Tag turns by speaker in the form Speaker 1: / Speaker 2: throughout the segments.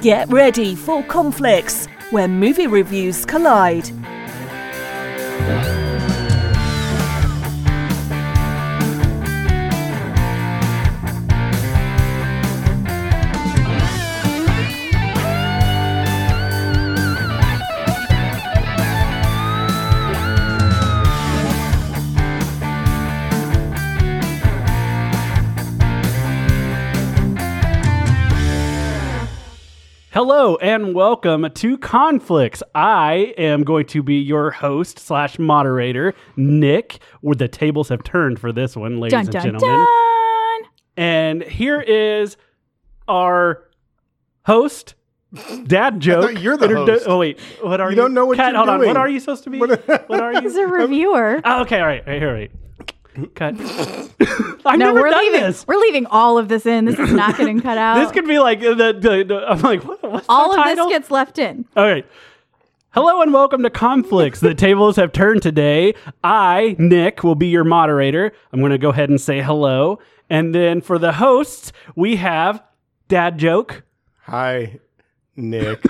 Speaker 1: Get ready for Conflicts, where movie reviews collide.
Speaker 2: Hello and welcome to Conflicts. I am going to be your host slash moderator, Nick. Where the tables have turned for this one, ladies
Speaker 3: Dun
Speaker 2: and
Speaker 3: dun
Speaker 2: gentlemen.
Speaker 3: dun!
Speaker 2: And here is our host, Dad Joke.
Speaker 4: thought you're the
Speaker 2: Introdu-
Speaker 4: host.
Speaker 2: Oh wait, what are you?
Speaker 4: You don't know what
Speaker 2: Kat,
Speaker 4: you're
Speaker 2: hold on. What
Speaker 4: doing.
Speaker 2: are you supposed to be? what are
Speaker 3: He's
Speaker 2: you?
Speaker 3: a reviewer.
Speaker 2: Oh, okay, all right, all right, all right. Cut. I've
Speaker 3: no,
Speaker 2: never
Speaker 3: we're
Speaker 2: done
Speaker 3: leaving.
Speaker 2: this.
Speaker 3: We're leaving all of this in. This is not getting cut out.
Speaker 2: This could be like the, the, the I'm like what, what's the
Speaker 3: all of
Speaker 2: title?
Speaker 3: this gets left in.
Speaker 2: All right. Hello and welcome to Conflicts. The tables have turned today. I, Nick, will be your moderator. I'm going to go ahead and say hello. And then for the hosts, we have Dad Joke.
Speaker 4: Hi, Nick.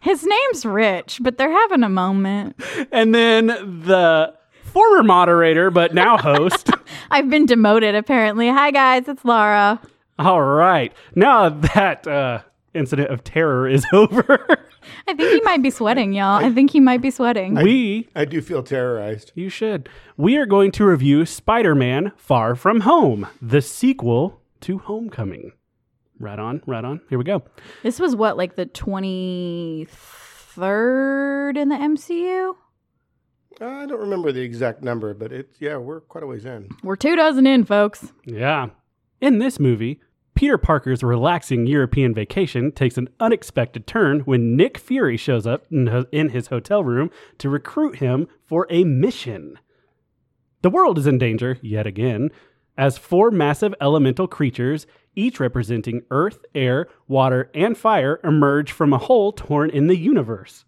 Speaker 3: His name's Rich, but they're having a moment.
Speaker 2: And then the former moderator, but now host.
Speaker 3: I've been demoted apparently. Hi guys, it's Laura.
Speaker 2: All right. Now that uh, incident of terror is over,
Speaker 3: I think he might be sweating, y'all. I think he might be sweating.
Speaker 2: we,
Speaker 4: I do feel terrorized.
Speaker 2: you should, we are going to review Spider Man Far From Home, the sequel to Homecoming. Right on, right on. Here we go.
Speaker 3: this was what like the 23rd in the MCU.
Speaker 4: I don't remember the exact number, but it's yeah, we're quite a ways in.
Speaker 3: We're two dozen in, folks.
Speaker 2: Yeah. In this movie, Peter Parker's relaxing European vacation takes an unexpected turn when Nick Fury shows up in ho- in his hotel room to recruit him for a mission. The world is in danger yet again as four massive elemental creatures, each representing earth, air, water, and fire, emerge from a hole torn in the universe.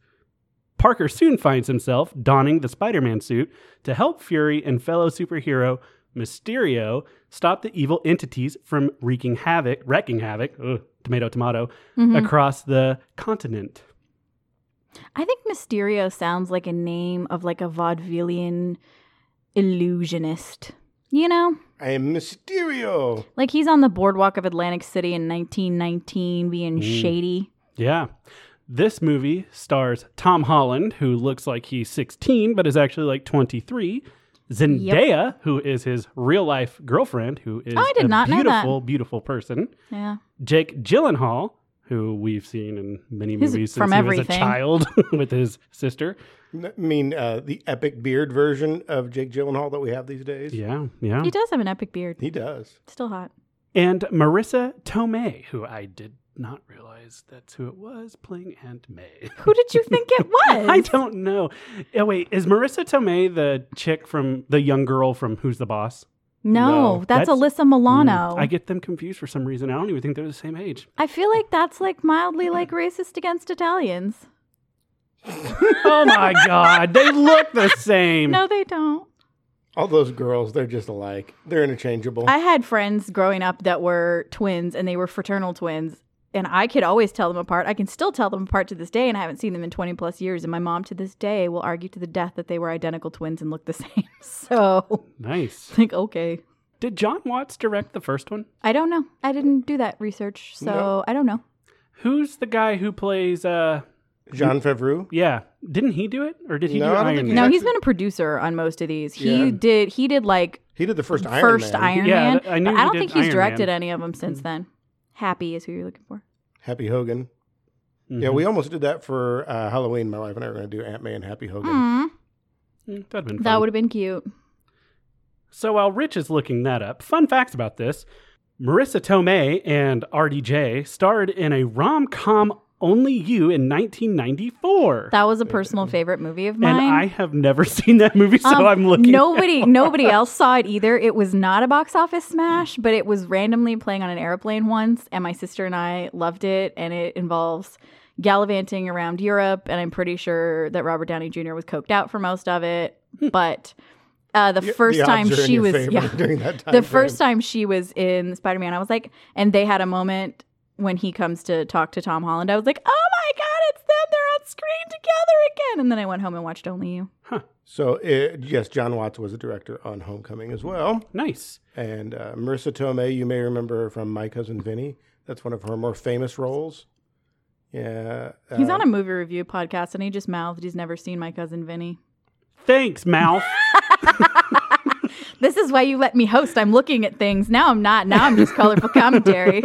Speaker 2: Parker soon finds himself donning the Spider Man suit to help Fury and fellow superhero Mysterio stop the evil entities from wreaking havoc, wrecking havoc, ugh, tomato, tomato,
Speaker 3: Mm-hmm.
Speaker 2: across the continent.
Speaker 3: I think Mysterio sounds like a name of like a vaudevillian illusionist. You know,
Speaker 4: I am Mysterio.
Speaker 3: like he's on the boardwalk of Atlantic City in 1919 being shady.
Speaker 2: Yeah. This movie stars Tom Holland, who looks like he's 16, but is actually like 23. Zendaya, who is his real life girlfriend, who is
Speaker 3: Oh, I did
Speaker 2: a
Speaker 3: not know that.
Speaker 2: beautiful, beautiful person.
Speaker 3: Yeah.
Speaker 2: Jake Gyllenhaal, who we've seen in many
Speaker 3: He's
Speaker 2: movies since
Speaker 3: from
Speaker 2: he was a
Speaker 3: everything.
Speaker 2: child with his sister.
Speaker 4: N- I mean, uh, the epic beard version of Jake Gyllenhaal that we have these days.
Speaker 2: Yeah, yeah.
Speaker 3: He does have an epic beard.
Speaker 4: He does.
Speaker 3: Still hot.
Speaker 2: And Marissa Tomei, who I did not realize that's who it was playing Aunt May.
Speaker 3: Who did you think it was?
Speaker 2: I don't know. Oh, wait, is Marissa Tomei the chick from the young girl from Who's the Boss?
Speaker 3: no,
Speaker 4: No,
Speaker 3: that's, mm,
Speaker 2: that's-
Speaker 3: Alyssa Milano.
Speaker 2: I get them confused for some reason. I don't even think they're the same age.
Speaker 3: I feel like that's like mildly like racist against Italians.
Speaker 2: Oh my god, they look the same.
Speaker 3: No, they don't.
Speaker 4: All those girls, they're just alike. They're interchangeable.
Speaker 3: I had friends growing up that were twins and they were fraternal twins. And I could always tell them apart. I can still tell them apart to this day, and I haven't seen them in 20 plus years. And my mom to this day will argue to the death that they were identical twins and looked the same. So,
Speaker 2: Nice.
Speaker 3: like, okay.
Speaker 2: Did John Watts direct the first one?
Speaker 3: I don't know. I didn't do that research. So,
Speaker 4: No.
Speaker 3: I don't know.
Speaker 2: Who's the guy who plays uh
Speaker 4: John Favreau.
Speaker 2: yeah, didn't he do it or did he
Speaker 4: No,
Speaker 2: do
Speaker 4: I don't
Speaker 2: Iron
Speaker 4: think he
Speaker 2: Man?
Speaker 3: No,
Speaker 4: Yeah.
Speaker 3: he's been a producer on most of these. He
Speaker 4: Yeah.
Speaker 3: did, he did like
Speaker 4: He did the first Iron
Speaker 3: first
Speaker 4: Man.
Speaker 3: Iron
Speaker 2: Yeah,
Speaker 3: Man.
Speaker 2: th- I knew
Speaker 3: but
Speaker 2: he
Speaker 3: I don't
Speaker 2: did
Speaker 3: think he's
Speaker 2: Iron
Speaker 3: directed
Speaker 2: Man.
Speaker 3: any of them since then. Happy is who you're looking for.
Speaker 4: Happy Hogan.
Speaker 2: Mm-hmm.
Speaker 4: Yeah, we almost did that for uh, Halloween. My wife and I were going to do Aunt May and Happy Hogan.
Speaker 2: Mm, That'd been
Speaker 3: That
Speaker 2: fun.
Speaker 3: would have been cute.
Speaker 2: So while Rich is looking that up, fun facts about this Marissa Tomei and RDJ starred in a rom com Only You in 1994.
Speaker 3: That was a personal favorite movie of mine.
Speaker 2: and I have never seen that movie, so
Speaker 3: Um,
Speaker 2: I'm looking.
Speaker 3: Nobody, nobody else saw it either. It was not a box office smash, but it was randomly playing on an airplane once, and my sister and I loved it. And it involves gallivanting around Europe, and I'm pretty sure that Robert Downey Jr. was coked out for most of it. But uh, the first
Speaker 4: Hmm. the odds
Speaker 3: time
Speaker 4: are in
Speaker 3: she
Speaker 4: your
Speaker 3: was,
Speaker 4: favor
Speaker 3: yeah,
Speaker 4: during that time
Speaker 3: the
Speaker 4: frame.
Speaker 3: first time she was in Spider Man, I was like, and they had a moment when he comes to talk to Tom Holland, I was like, oh my God, it's them. They're on screen together again. And then I went home and watched Only You.
Speaker 4: So, it, yes, John Watts was a director on Homecoming as well.
Speaker 2: Nice.
Speaker 4: And uh, Marissa Tomei, you may remember her from My Cousin Vinny. That's one of her more famous roles. Yeah.
Speaker 3: He's
Speaker 4: uh,
Speaker 3: on a movie review podcast and he just mouthed he's never seen my cousin Vinny.
Speaker 2: Thanks, mouth.
Speaker 3: This is why you let me host. I'm looking at things. Now I'm not. Now I'm just colorful commentary.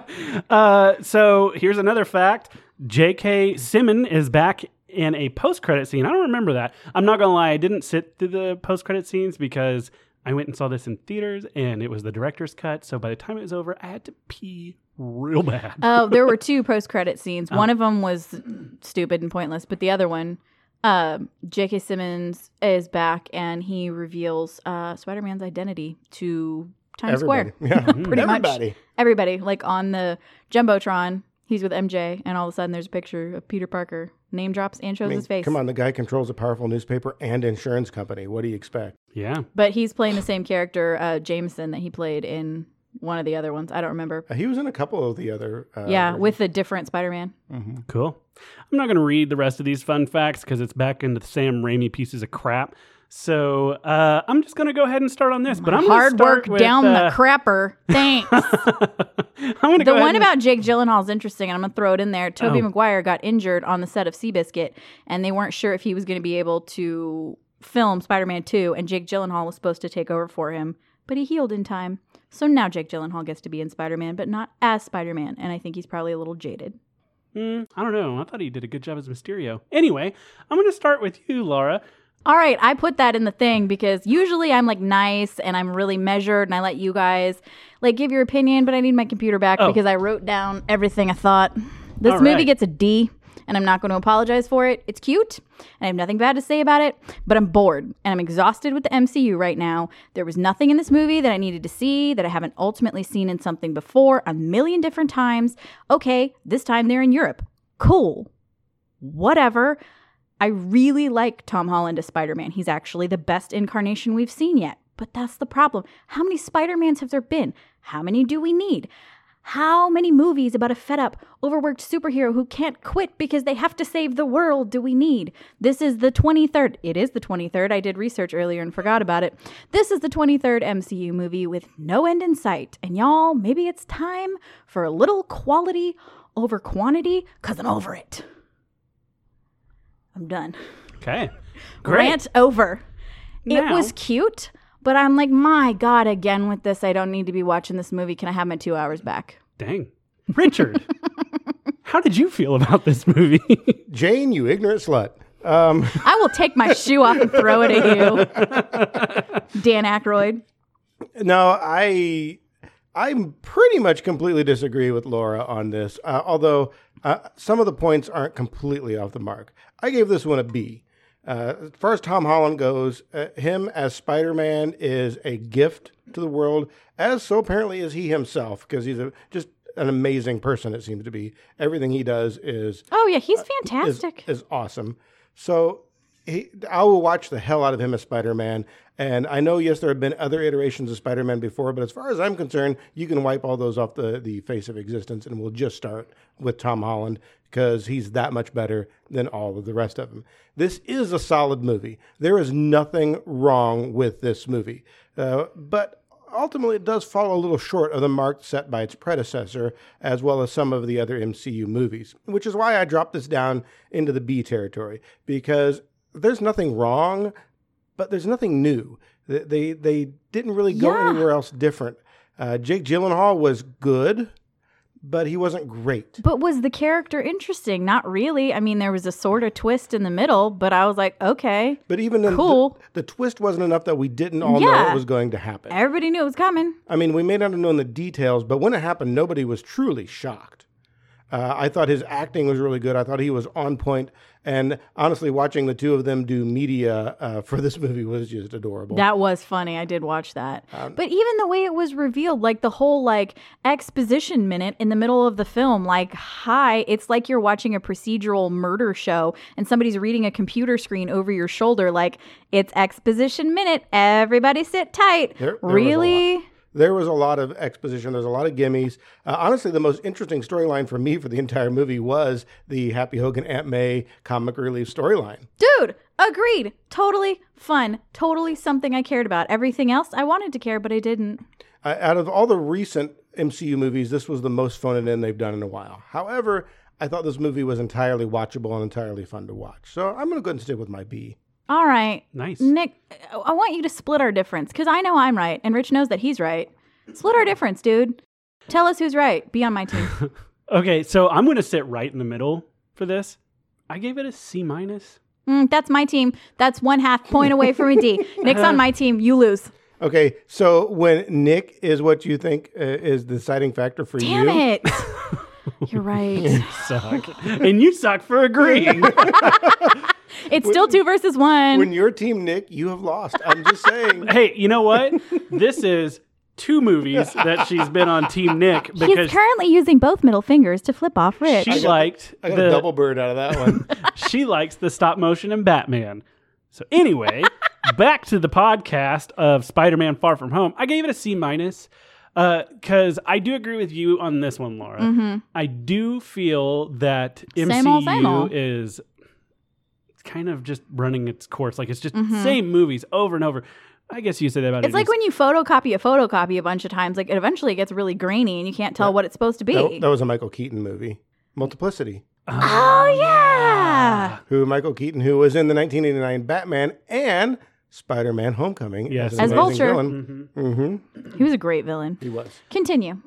Speaker 2: uh, so here's another fact: J.K. Simmon is back in a post-credit scene. I don't remember that. I'm not gonna lie; I didn't sit through the post-credit scenes because I went and saw this in theaters, and it was the director's cut. So by the time it was over, I had to pee real bad.
Speaker 3: Oh, there were two post credit scenes.
Speaker 4: Oh.
Speaker 3: One of them was stupid and pointless, but the other one, uh, J.K. Simmons is back and he reveals uh, Spider Man's identity to Times
Speaker 4: everybody.
Speaker 3: Square.
Speaker 4: Yeah.
Speaker 3: Pretty much.
Speaker 4: everybody.
Speaker 3: Everybody, like on the Jumbotron, he's with MJ, and all of a sudden there's a picture of Peter Parker. Name drops and shows
Speaker 4: I mean,
Speaker 3: his face.
Speaker 4: Come on, the guy controls a powerful newspaper and insurance company. What do you expect?
Speaker 2: yeah,
Speaker 3: But he's playing the same character, uh, Jameson, that he played in one of the other ones. I don't remember.
Speaker 4: Uh, he was in a couple of the other.
Speaker 2: Oh,
Speaker 4: Uh,
Speaker 3: yeah, with a different Spider Man.
Speaker 2: cool. I'm not gonna read the rest of these fun facts because it's back into the Sam Raimi pieces of crap. So uh, I'm just gonna go ahead and start on this. But I'm gonna
Speaker 3: Hard
Speaker 2: start
Speaker 3: work
Speaker 2: with,
Speaker 3: down
Speaker 2: uh,
Speaker 3: the crapper. Thanks.
Speaker 2: I'm gonna go
Speaker 3: the
Speaker 2: ahead
Speaker 3: one
Speaker 2: and-
Speaker 3: about Jake Gyllenhaal is interesting, and I'm gonna throw it in there. Toby
Speaker 2: Oh.
Speaker 3: Maguire got injured on the set of Seabiscuit, and they weren't sure if he was gonna be able to film Spider-Man 2, and Jake Gyllenhaal was supposed to take over for him, but he healed in time. So now Jake Gyllenhaal gets to be in Spider-Man, but not as Spider-Man, and I think he's probably a little jaded.
Speaker 2: Mm, I don't know. I thought he did a good job as Mysterio. Anyway, I'm going to start with you, Laura.
Speaker 3: All right, I put that in the thing because usually I'm like nice and I'm really measured and I let you guys like give your opinion, but I need my computer back
Speaker 2: Oh.
Speaker 3: because I wrote down everything I thought. This
Speaker 2: All
Speaker 3: movie
Speaker 2: right.
Speaker 3: gets a D and I'm not going to apologize for it. It's cute and I have nothing bad to say about it, but I'm bored and I'm exhausted with the MCU right now. There was nothing in this movie that I needed to see that I haven't ultimately seen in something before a million different times. Okay, this time they're in Europe. Cool whatever. I really like Tom Holland as Spider Man. He's actually the best incarnation we've seen yet. But that's the problem. How many Spider Mans have there been? How many do we need? How many movies about a fed up, overworked superhero who can't quit because they have to save the world do we need? This is the 23rd. It is the 23rd. I did research earlier and forgot about it. This is the 23rd MCU movie with no end in sight. And y'all, maybe it's time for a little quality over quantity because I'm over it. I'm done.
Speaker 2: Okay. Great.
Speaker 3: Grant over. It
Speaker 2: Now-
Speaker 3: was cute, but I'm like, my God, again with this. I don't need to be watching this movie. Can I have my two hours back?
Speaker 2: Dang. Richard, how did you feel about this movie?
Speaker 4: Jane, you ignorant slut. Um,
Speaker 3: I will take my shoe off and throw it at you, Dan Aykroyd.
Speaker 4: no, I I'm pretty much completely disagree with Laura on this. Uh, although uh, some of the points aren't completely off the mark. I gave this one a B. Uh, as far as Tom Holland goes, uh, him as Spider Man is a gift to the world, as so apparently is he himself, because he's a, just an amazing person, it seems to be. Everything he does is
Speaker 3: Oh, yeah, he's
Speaker 4: is,
Speaker 3: fantastic.
Speaker 4: is awesome. So he, I will watch the hell out of him as Spider Man. And I know, yes, there have been other iterations of Spider Man before, but as far as I'm concerned, you can wipe all those off the, the face of existence. And we'll just start with Tom Holland because he's that much better than all of the rest of them. This is a solid movie. There is nothing wrong with this movie. Uh, but ultimately it does fall a little short of the mark set by its predecessor, as well as some of the other MCU movies, which is why I dropped this down into the B territory, because there's nothing wrong, but there's nothing new. They, they, they didn't really go
Speaker 3: Yeah.
Speaker 4: anywhere else different. Uh, Jake Gyllenhaal was good, but he wasn't great.
Speaker 3: But was the character interesting? Not really. I mean, there was a sort of twist in the middle, but I was like, okay,
Speaker 4: But even then, the-
Speaker 3: Cool.
Speaker 4: the, twist wasn't enough that we didn't all know
Speaker 3: Yeah.
Speaker 4: it was going to happen.
Speaker 3: everybody knew it was coming.
Speaker 4: I mean, we may not have known the details, but when it happened, nobody was truly shocked. Uh, I thought his acting was really good. I thought he was on point. And honestly, watching the two of them do media uh, for this movie was just adorable.
Speaker 3: That was funny. I did watch that.
Speaker 4: Um,
Speaker 3: but even the way it was revealed, like the whole like exposition minute in the middle of the film, like, hi, it's like you're watching a procedural murder show and somebody's reading a computer screen over your shoulder, like, it's exposition minute. Everybody sit tight.
Speaker 4: There- there was a
Speaker 3: really?
Speaker 4: There was a lot of exposition. There's a lot of gimmies. Uh, honestly, the most interesting storyline for me for the entire movie was the Happy Hogan Aunt May comic relief storyline.
Speaker 3: Dude, agreed. Totally fun. Totally something I cared about. Everything else I wanted to care, but I didn't.
Speaker 4: Uh, out of all the recent MCU movies, this was the most phoned in they've done in a while. However, I thought this movie was entirely watchable and entirely fun to watch. So I'm going to go ahead and stick with my B.
Speaker 3: All right.
Speaker 2: Nice.
Speaker 3: Nick, I- I want you to split our difference because I know I'm right and Rich knows that he's right. Split our difference, dude. Tell us who's right. Be on my team.
Speaker 2: Okay, so I'm going to sit right in the middle for this. I gave it a C minus.
Speaker 3: Mm, that's my team. That's one half point away from a D. Nick's on my team. You lose.
Speaker 4: Okay, so when Nick is what you think uh, is the deciding factor for
Speaker 3: Damn
Speaker 4: you,
Speaker 3: it. You're right.
Speaker 2: Suck. and you suck for agreeing.
Speaker 3: It's still two versus one.
Speaker 4: when your team Nick, you have lost. I'm just saying.
Speaker 2: hey, you know what? This is two movies that she's been on Team Nick
Speaker 3: He's
Speaker 2: because
Speaker 3: currently using both middle fingers to flip off Rich.
Speaker 2: she liked
Speaker 4: I got
Speaker 2: the
Speaker 4: a double bird out of that one.
Speaker 2: she likes the stop motion and Batman. So anyway, back to the podcast of Spider-Man Far From Home. I gave it a C minus because I do agree with you on this one, Laura. I do feel that
Speaker 3: Mm-hmm. Same
Speaker 2: MCU
Speaker 3: old, same old.
Speaker 2: is kind of just running its course. Like it's just same movies over and over. I guess you say that about
Speaker 3: Mm-hmm. it's like
Speaker 2: Idris
Speaker 3: when you photocopy a photocopy a bunch of times, like it eventually gets really grainy and you can't tell what it's supposed to be.
Speaker 4: that, that was a Michael Keaton movie, Multiplicity.
Speaker 3: oh, yeah.
Speaker 4: Who Michael Keaton, who was in the 1989 Batman and Spider-Man: Homecoming,
Speaker 2: Yes. Mm-hmm.
Speaker 4: an
Speaker 3: As
Speaker 4: amazing
Speaker 3: Vulture.
Speaker 4: villain. Mhm.
Speaker 3: He was a great villain.
Speaker 4: He was.
Speaker 3: Continue.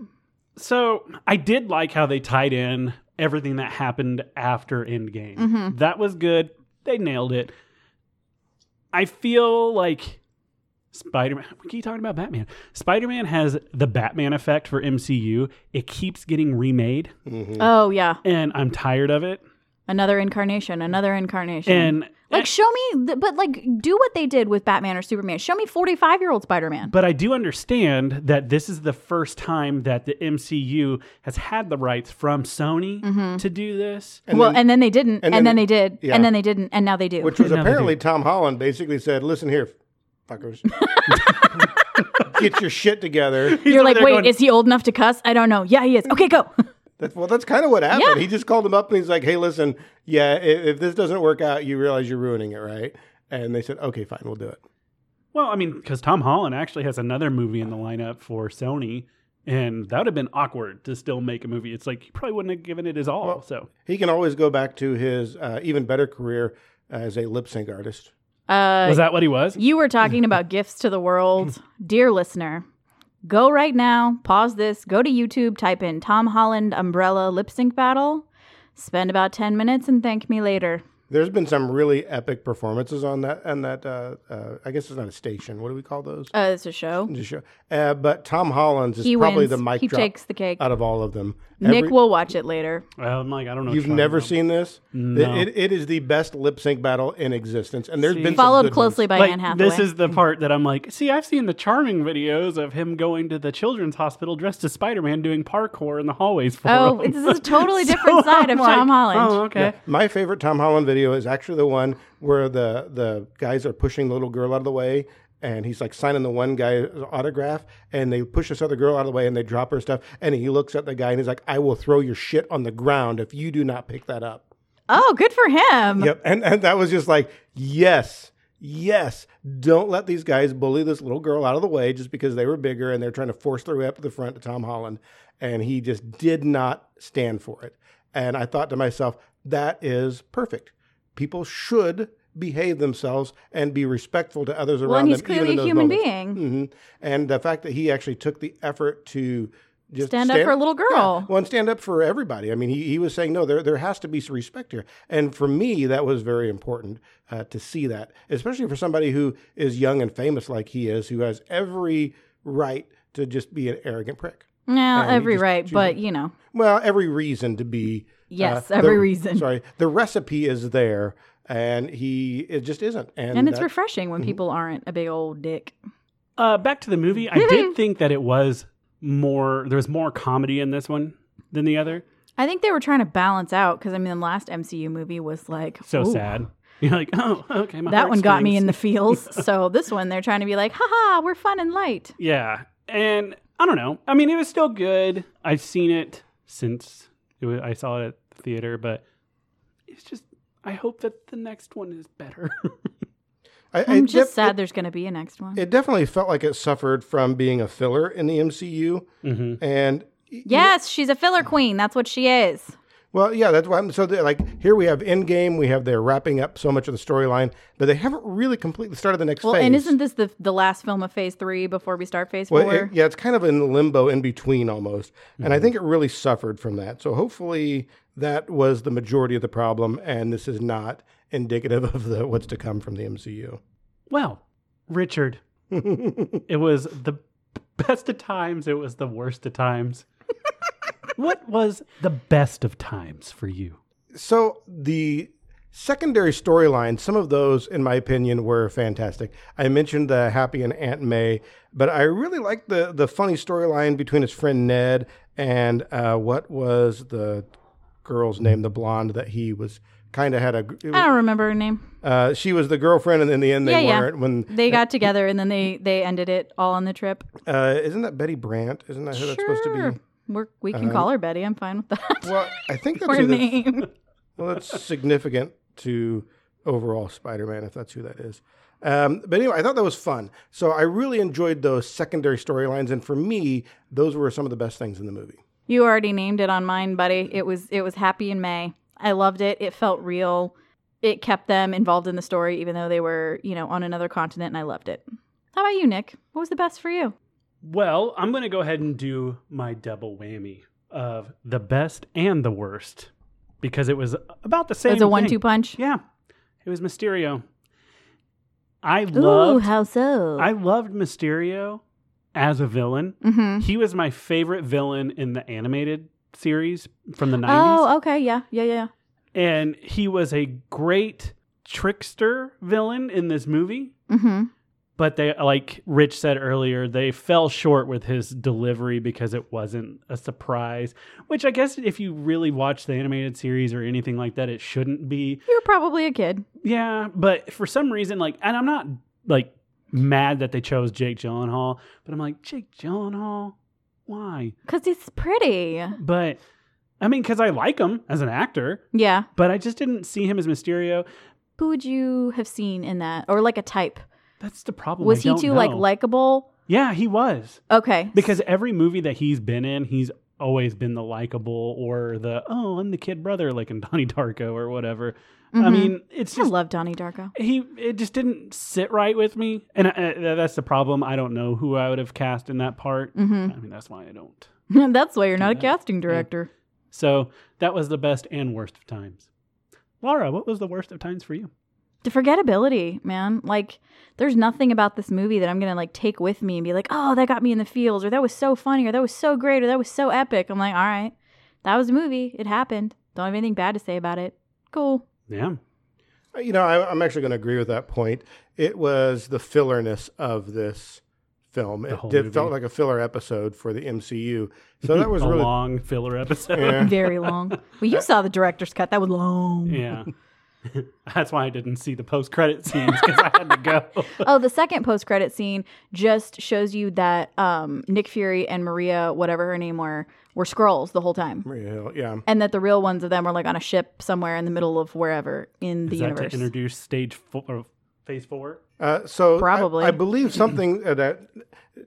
Speaker 2: So I did like how they tied in everything that happened after Endgame.
Speaker 3: Mm-hmm.
Speaker 2: That was good. They nailed it. I feel like Spider Man. We keep talking about Batman. Spider Man has the Batman effect for MCU. It keeps getting remade,
Speaker 4: Mm-hmm.
Speaker 3: Oh, yeah.
Speaker 2: and I'm tired of it.
Speaker 3: Another incarnation, another incarnation.
Speaker 2: And
Speaker 3: like, show me, th- but like, do what they did with Batman or Superman. Show me 45 year old Spider Man.
Speaker 2: But I do understand that this is the first time that the MCU has had the rights from Sony
Speaker 3: Mm-hmm.
Speaker 2: to do this.
Speaker 3: Well, and then they didn't, and,
Speaker 4: and
Speaker 3: then,
Speaker 4: then-
Speaker 3: they did,
Speaker 4: yeah.
Speaker 3: and then they didn't, and now they do.
Speaker 4: Which was
Speaker 2: No, they
Speaker 4: apparently Tom Holland basically said, "Listen here, fuckers, get your shit together."
Speaker 2: He's
Speaker 3: You're
Speaker 2: over
Speaker 3: like,
Speaker 2: there
Speaker 3: wait,
Speaker 2: going,
Speaker 3: is he old enough to cuss? I don't know. Yeah, he is. Okay, go.
Speaker 4: That's, well, that's kind of what happened.
Speaker 3: Yeah.
Speaker 4: He just called him up and he's like, "Hey, listen, yeah, i- if, if this doesn't work out, you realize you're ruining it, right?" And they said, "Okay, fine, we'll do it."
Speaker 2: Well, I mean, because Tom Holland actually has another movie in the lineup for Sony, and that would have been awkward to still make a movie. It's like he probably wouldn't have given it his all. so
Speaker 4: He can always go back to his uh, even better career as a lip sync artist.
Speaker 3: Uh,
Speaker 2: was that what he was?
Speaker 3: You were talking about gifts to the world. Dear listener, go right now, pause this, go to YouTube, type in Tom Holland umbrella lip sync battle, spend about 10 minutes, and thank me later.
Speaker 4: There's been some really epic performances on that, and that uh, uh, I guess it's not a station. What do we call those?
Speaker 3: Uh, it's a show.
Speaker 4: Just show. Uh, but Tom Holland's is
Speaker 3: He
Speaker 4: probably
Speaker 3: wins.
Speaker 4: the mic
Speaker 3: he
Speaker 4: drop
Speaker 3: takes the cake.
Speaker 4: out of all of them. Every-
Speaker 3: Nick will watch it later.
Speaker 2: Well, I'm like, I don't know.
Speaker 4: You've
Speaker 2: which one.
Speaker 4: never seen this? It, it- it is the best lip sync battle in existence, and there's been some
Speaker 3: Followed
Speaker 4: good
Speaker 3: closely
Speaker 4: ones.
Speaker 3: by
Speaker 2: Like,
Speaker 3: Anne Hathaway.
Speaker 2: this is the part that I'm like, see, I've seen the charming videos of him going to the children's hospital dressed as Spider Man doing parkour in the hallways for
Speaker 3: oh,
Speaker 2: him.
Speaker 3: this is a totally different
Speaker 2: So
Speaker 3: side of
Speaker 2: I'm like,
Speaker 3: Tom Holland.
Speaker 2: Oh, okay.
Speaker 4: My favorite Tom Holland video is actually the one where the the guys are pushing the little girl out of the way, and he's like signing the one guy's autograph, and they push this other girl out of the way, and they drop her stuff, and he looks at the guy and he's like, "I will throw your shit on the ground if you do not pick that up."
Speaker 3: Oh, good for him.
Speaker 4: Yep, and and that was just like, yes, yes, don't let these guys bully this little girl out of the way just because they were bigger and they're trying to force their way up to the front to Tom Holland, and he just did not stand for it. And I thought to myself, that is perfect. People should behave themselves and be respectful to others
Speaker 3: Well,
Speaker 4: around
Speaker 3: and he's
Speaker 4: them. even in
Speaker 3: clearly a
Speaker 4: those
Speaker 3: human
Speaker 4: moments.
Speaker 3: being.
Speaker 4: Mhm. And the fact that he actually took the effort to just
Speaker 3: Stand up for a little girl.
Speaker 4: Yeah. Well, and stand up for everybody. I mean, he, he was saying, no, there, there has to be some respect here. And for me, that was very important uh, to see that, especially for somebody who is young and famous like he is, who has every right to just be an arrogant prick.
Speaker 3: No,
Speaker 4: And he
Speaker 3: every
Speaker 4: just
Speaker 3: right,
Speaker 4: chooses-
Speaker 3: but you know.
Speaker 4: Well, every reason to be. uh,
Speaker 3: Yes,
Speaker 4: the-
Speaker 3: every reason.
Speaker 4: Sorry. The recipe is there, and he it just isn't. And,
Speaker 3: And it's
Speaker 4: that- Mm-hmm.
Speaker 3: refreshing when people aren't a big old dick.
Speaker 2: Uh, back to the movie. I did think that it was more. There was more comedy in this one than the other.
Speaker 3: I think they were trying to balance out because I mean, the last MCU movie was like
Speaker 2: So
Speaker 3: ooh,
Speaker 2: sad. You're like, oh, okay. My
Speaker 3: That
Speaker 2: heart
Speaker 3: one got me
Speaker 2: sings.
Speaker 3: in the feels. so this one, they're trying to be like, haha, we're fun and light.
Speaker 2: Yeah. and I don't know. I mean, it was still good. I've seen it since it was, I saw it at the theater, but it's just. I hope that the next one is better.
Speaker 4: I,
Speaker 3: I'm
Speaker 4: it
Speaker 3: just
Speaker 4: def-
Speaker 3: sad there's going to be a next one.
Speaker 4: It, it definitely felt like it suffered from being a filler in the MCU,
Speaker 2: hmm
Speaker 4: and
Speaker 3: yes, she's a filler queen. That's what she is.
Speaker 4: Well, yeah, that's why. I'm, so, they're like, here we have Endgame. We have they're wrapping up so much of the storyline, but they haven't really completely started the next
Speaker 3: Well,
Speaker 4: phase.
Speaker 3: and isn't this the the last film of Phase Three before we start Phase
Speaker 4: Well,
Speaker 3: Four?
Speaker 4: it- yeah, it's kind of in limbo, in between almost, and I think it really suffered from that. So, hopefully, that was the majority of the problem, and this is not indicative of the what's to come from the MCU.
Speaker 2: Well, Richard, it was the best of times. It was the worst of times. what was the best of times for you?
Speaker 4: So the secondary storylines, some of those, in my opinion, were fantastic. I mentioned the Happy and Aunt May, but I really liked the the funny storyline between his friend Ned and uh, what was the girl's name, the blonde that he was kind of had
Speaker 3: I
Speaker 4: a.
Speaker 3: don't remember her name.
Speaker 4: Uh, she was the girlfriend, and in the end, they
Speaker 3: Ah. Yeah, yeah.
Speaker 4: weren't. When
Speaker 3: They got together and then they they ended it all on the trip.
Speaker 4: uh, isn't that Betty Brant? Isn't that who that's supposed to be? Uh-huh.
Speaker 3: We're, we can call her Betty. I'm fine with that.
Speaker 4: Well, I think that's
Speaker 3: Or
Speaker 4: who the-
Speaker 3: name.
Speaker 4: Well, that's significant to overall Spider-Man if that's who that is. Um, but anyway, I thought that was fun. So I really enjoyed those secondary storylines, and for me, those were some of the best things in the movie.
Speaker 3: You already named it on mine, buddy. It was it was happy in May. I loved it. It felt real. It kept them involved in the story, even though they were, you know, on another continent, and I loved it. How about you, Nick? What was the best for you?
Speaker 2: Well, I'm going to go ahead and do my double whammy of the best and the worst because it was about the
Speaker 3: It
Speaker 2: same.
Speaker 3: was a one-two
Speaker 2: thing.
Speaker 3: punch.
Speaker 2: Yeah, it was Mysterio. I
Speaker 3: Ooh,
Speaker 2: loved.
Speaker 3: how so?
Speaker 2: I loved Mysterio as a villain.
Speaker 3: mm-hmm.
Speaker 2: He was my favorite villain in the animated series from the 90s.
Speaker 3: Oh, okay, yeah, yeah, yeah. yeah.
Speaker 2: and he was a great trickster villain in this movie
Speaker 3: Mm-hmm.
Speaker 2: but they like rich said earlier they fell short with his delivery because it wasn't a surprise which i guess if you really watch the animated series or anything like that it shouldn't be
Speaker 3: You were probably a kid.
Speaker 2: yeah but for some reason like and i'm not like mad that they chose jake gyllenhaal but i'm like jake gyllenhaal why
Speaker 3: Because he's pretty.
Speaker 2: but i mean because i like him as an actor
Speaker 3: Yeah.
Speaker 2: but i just didn't see him as mysterio
Speaker 3: Who would you have seen in that? Or like a type?
Speaker 2: That's the problem. I
Speaker 3: Was he
Speaker 2: don't
Speaker 3: too like
Speaker 2: know.
Speaker 3: likable?
Speaker 2: Yeah, he was
Speaker 3: Okay.
Speaker 2: because every movie that he's been in, he's always been the likable or the oh, I'm the kid brother, like in Donnie Darko or whatever. I
Speaker 3: Mhm.
Speaker 2: mean, it's
Speaker 3: I
Speaker 2: just
Speaker 3: love Donnie Darko.
Speaker 2: he. It just didn't sit right with me, and I, I, that's the problem. I don't know who I would have cast in that part.
Speaker 3: hmm
Speaker 2: I mean, that's why I don't.
Speaker 3: That's why you're not a
Speaker 2: Yeah.
Speaker 3: casting director.
Speaker 2: So that was the best and worst of times. Laura, what was the worst of times for you?
Speaker 3: the forgettability, man. Like, there's nothing about this movie that I'm gonna like take with me and be like, oh, that got me in the feels, or that was so funny, or that was so great, or that was so epic. I'm like, all right, that was a movie. It happened. Don't have anything bad to say about it. Cool.
Speaker 2: Yeah,
Speaker 4: Uh, You know, I, I'm actually going to agree with that point. It was the fillerness of this film. It
Speaker 2: whole
Speaker 4: did,
Speaker 2: movie.
Speaker 4: felt like a filler episode for the MCU. So that was
Speaker 2: a
Speaker 4: really
Speaker 2: long filler episode.
Speaker 4: yeah.
Speaker 3: Very long. well, you saw the director's cut. That was long.
Speaker 2: Yeah. That's why I didn't see the post credit scenes because I had to go.
Speaker 3: oh, the second post credit scene just shows you that um, Nick Fury and Maria, whatever her name were, were scrolls the whole time.
Speaker 4: real. Yeah.
Speaker 3: And that the real ones of them were like on a ship somewhere in the middle of wherever in the
Speaker 2: Is that
Speaker 3: universe.
Speaker 2: to introduce stage four, or phase four?
Speaker 4: Uh, so I-
Speaker 3: Probably.
Speaker 4: I, believe something uh, that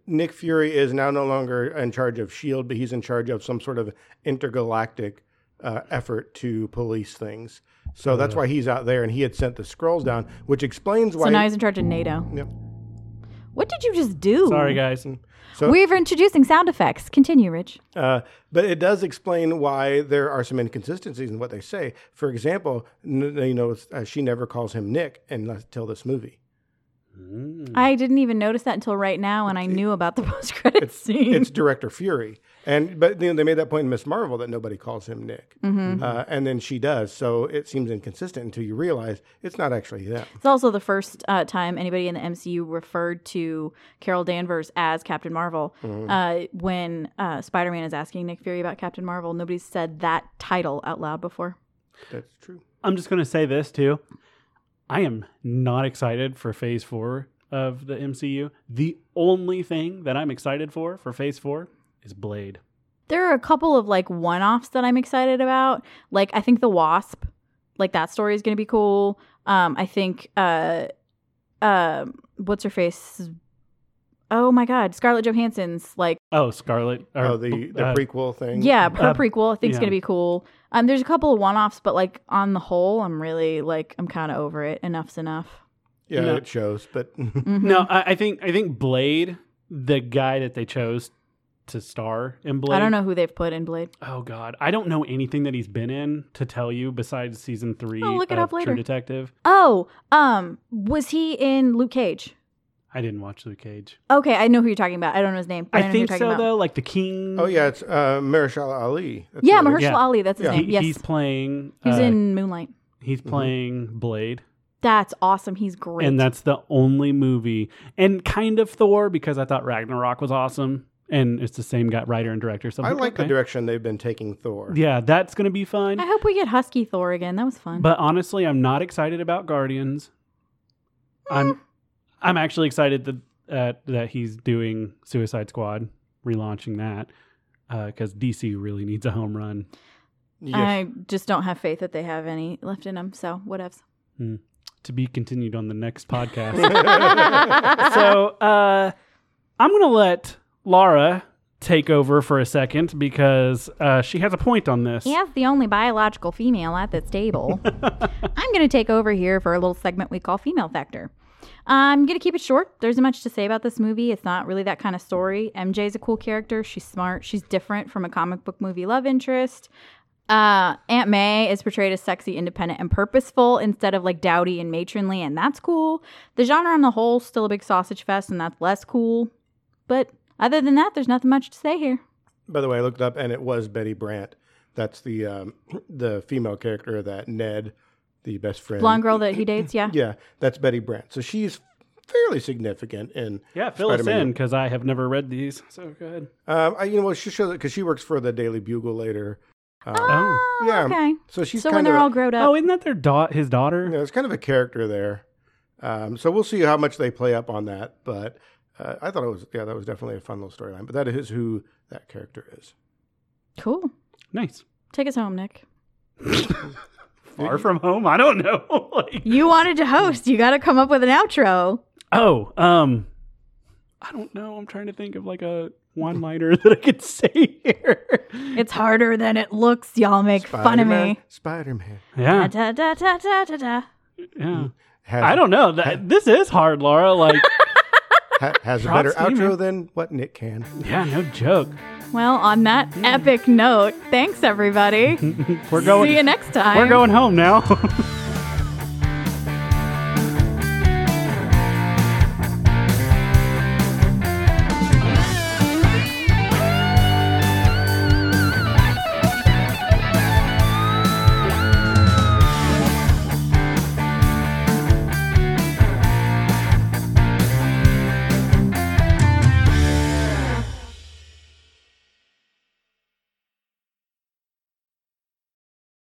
Speaker 4: Nick Fury is now no longer in charge of Shield, E but he's in charge of some sort of intergalactic uh, effort to police things. So that's why he's out there, and he had sent the scrolls down, which explains why.
Speaker 3: So now he's in charge of NATO.
Speaker 4: Yep.
Speaker 3: What did you just do?
Speaker 2: Sorry, guys.
Speaker 4: So-
Speaker 3: We're introducing sound effects. Continue, Rich.
Speaker 4: Uh, but it does explain why there are some inconsistencies in what they say. For example, n- you know, it's, uh, she never calls him Nick until this movie.
Speaker 2: Hmm.
Speaker 3: I didn't even notice that until right now, and I knew about the post credit scene.
Speaker 4: it's director Fury, and but you know, they made that point in Miss Marvel that nobody calls him Nick, uh, and then she does. So it seems inconsistent until you realize it's not actually them.
Speaker 3: It's also the first uh, time anybody in the MCU referred to Carol Danvers as Captain Marvel.
Speaker 4: Mm-hmm.
Speaker 3: Uh, when uh, Spider Man is asking Nick Fury about Captain Marvel, nobody's said that title out loud before.
Speaker 4: That's true.
Speaker 2: I'm just going to say this too. I am not excited for phase four of the MCU. The only thing that I'm excited for for Phase Four is Blade.
Speaker 3: There are a couple of like one offs that I'm excited about. Like I think the Wasp, like that story is going to be cool. Um, I think uh, uh, what's her face? Oh my God, Scarlett Johansson's like
Speaker 2: Oh, Scarlet. or,
Speaker 4: oh, the the
Speaker 2: uh,
Speaker 4: prequel thing.
Speaker 3: yeah, her
Speaker 2: Uh,
Speaker 3: prequel I think's
Speaker 2: yeah.
Speaker 3: going to be cool. Um, there's a couple of one offs, but like on the whole, I'm really like I'm kind of over it. Enough's enough.
Speaker 4: yeah,
Speaker 2: No.
Speaker 4: it shows. But
Speaker 3: Mhm.
Speaker 2: No, I, I think I think Blade, the guy that they chose to star in Blade.
Speaker 3: I don't know who they've put in Blade.
Speaker 2: Oh God, I don't know anything that he's been in to tell you besides season three.
Speaker 3: I'll look it
Speaker 2: of
Speaker 3: up later.
Speaker 2: True Detective.
Speaker 3: Oh, um, was he in Luke Cage?
Speaker 2: I didn't watch Luke Cage.
Speaker 3: Okay, I know who you're talking about. I don't know his name. But I,
Speaker 2: I
Speaker 3: know
Speaker 2: think
Speaker 3: who you're
Speaker 2: so
Speaker 3: talking about.
Speaker 2: though. Like the King.
Speaker 4: oh yeah, it's uh, Mahershala Ali. That's
Speaker 3: Yeah,
Speaker 4: the other-
Speaker 3: Mahershala
Speaker 2: Yeah.
Speaker 3: Ali. That's his
Speaker 4: Yeah. Mm-hmm.
Speaker 3: name.
Speaker 2: He-
Speaker 3: yes,
Speaker 2: He's playing.
Speaker 3: he's
Speaker 2: uh,
Speaker 3: in Moonlight.
Speaker 2: He's playing Blade,
Speaker 3: That's awesome. He's great.
Speaker 2: and that's the only movie, and kind of Thor because I thought Ragnarok was awesome, and it's the same guy, writer and director. So I'm
Speaker 4: I like the
Speaker 2: okay.
Speaker 4: direction they've been taking Thor.
Speaker 2: Yeah, that's gonna be fun.
Speaker 3: I hope we get Husky Thor again. That was fun.
Speaker 2: But honestly, I'm not excited about Guardians.
Speaker 3: Eh.
Speaker 2: I'm I'm actually excited that uh, that he's doing Suicide Squad, relaunching that uh, because DC really needs a home run.
Speaker 4: Yes.
Speaker 3: I just don't have faith that they have any left in them. So whatevs.
Speaker 2: To be continued on the next podcast. so uh, I'm gonna let Laura take over for a second because uh, she has a point on this.
Speaker 3: As the only biological female at this table, I'm going to take over here for a little segment we call Female Factor. I'm going to keep it short. There isn't much to say about this movie. It's not really that kind of story. MJ's a cool character. She's smart. She's different from a comic book movie love interest. Uh, Aunt May is portrayed as sexy, independent, and purposeful instead of like dowdy and matronly, and that's cool. The genre on the whole still a big sausage fest, and that's less cool. But other than that, there's nothing much to say here.
Speaker 4: By the way, I looked up, and it was Betty Brant. That's the um, the female character that Ned, the best friend,
Speaker 3: Blonde girl that he dates, yeah.
Speaker 4: Yeah, that's Betty Brant. So she's fairly significant in
Speaker 2: Yeah, fill us
Speaker 4: Spider-Man.
Speaker 2: in because I have never read these. So go ahead.
Speaker 4: Um, I, you know, well, she shows it because she works for the Daily Bugle later. Um,
Speaker 2: Oh,
Speaker 3: Oh,
Speaker 4: yeah.
Speaker 3: Okay.
Speaker 4: So she's
Speaker 3: so when
Speaker 4: kind
Speaker 3: they're
Speaker 4: of
Speaker 3: all grown up.
Speaker 2: oh, isn't that their daughter? His daughter?
Speaker 4: you know, it's kind of a character there. Um, so we'll see how much they play up on that. But uh, I thought it was yeah, that was definitely a fun little storyline. But that is who that character is.
Speaker 3: Cool.
Speaker 2: Nice.
Speaker 3: Take us home, Nick.
Speaker 2: Far from home? I don't know. like,
Speaker 3: You wanted to host. You got to come up with an outro.
Speaker 2: oh, um, I don't know. I'm trying to think of like a one liner that I could say here.
Speaker 3: It's harder than it looks. Y'all make fun of me.
Speaker 4: Spider Man.
Speaker 2: Yeah,
Speaker 3: Da, da, da, da, da, da.
Speaker 2: yeah. I don't know. That, this is hard, Laura. Like,
Speaker 4: ha- has a better
Speaker 2: Props to you,
Speaker 4: outro
Speaker 2: man.
Speaker 4: than what Nick can.
Speaker 2: yeah, no joke.
Speaker 3: Well, on that epic note, thanks everybody.
Speaker 2: We're going.
Speaker 3: See you next time.
Speaker 2: We're going home now.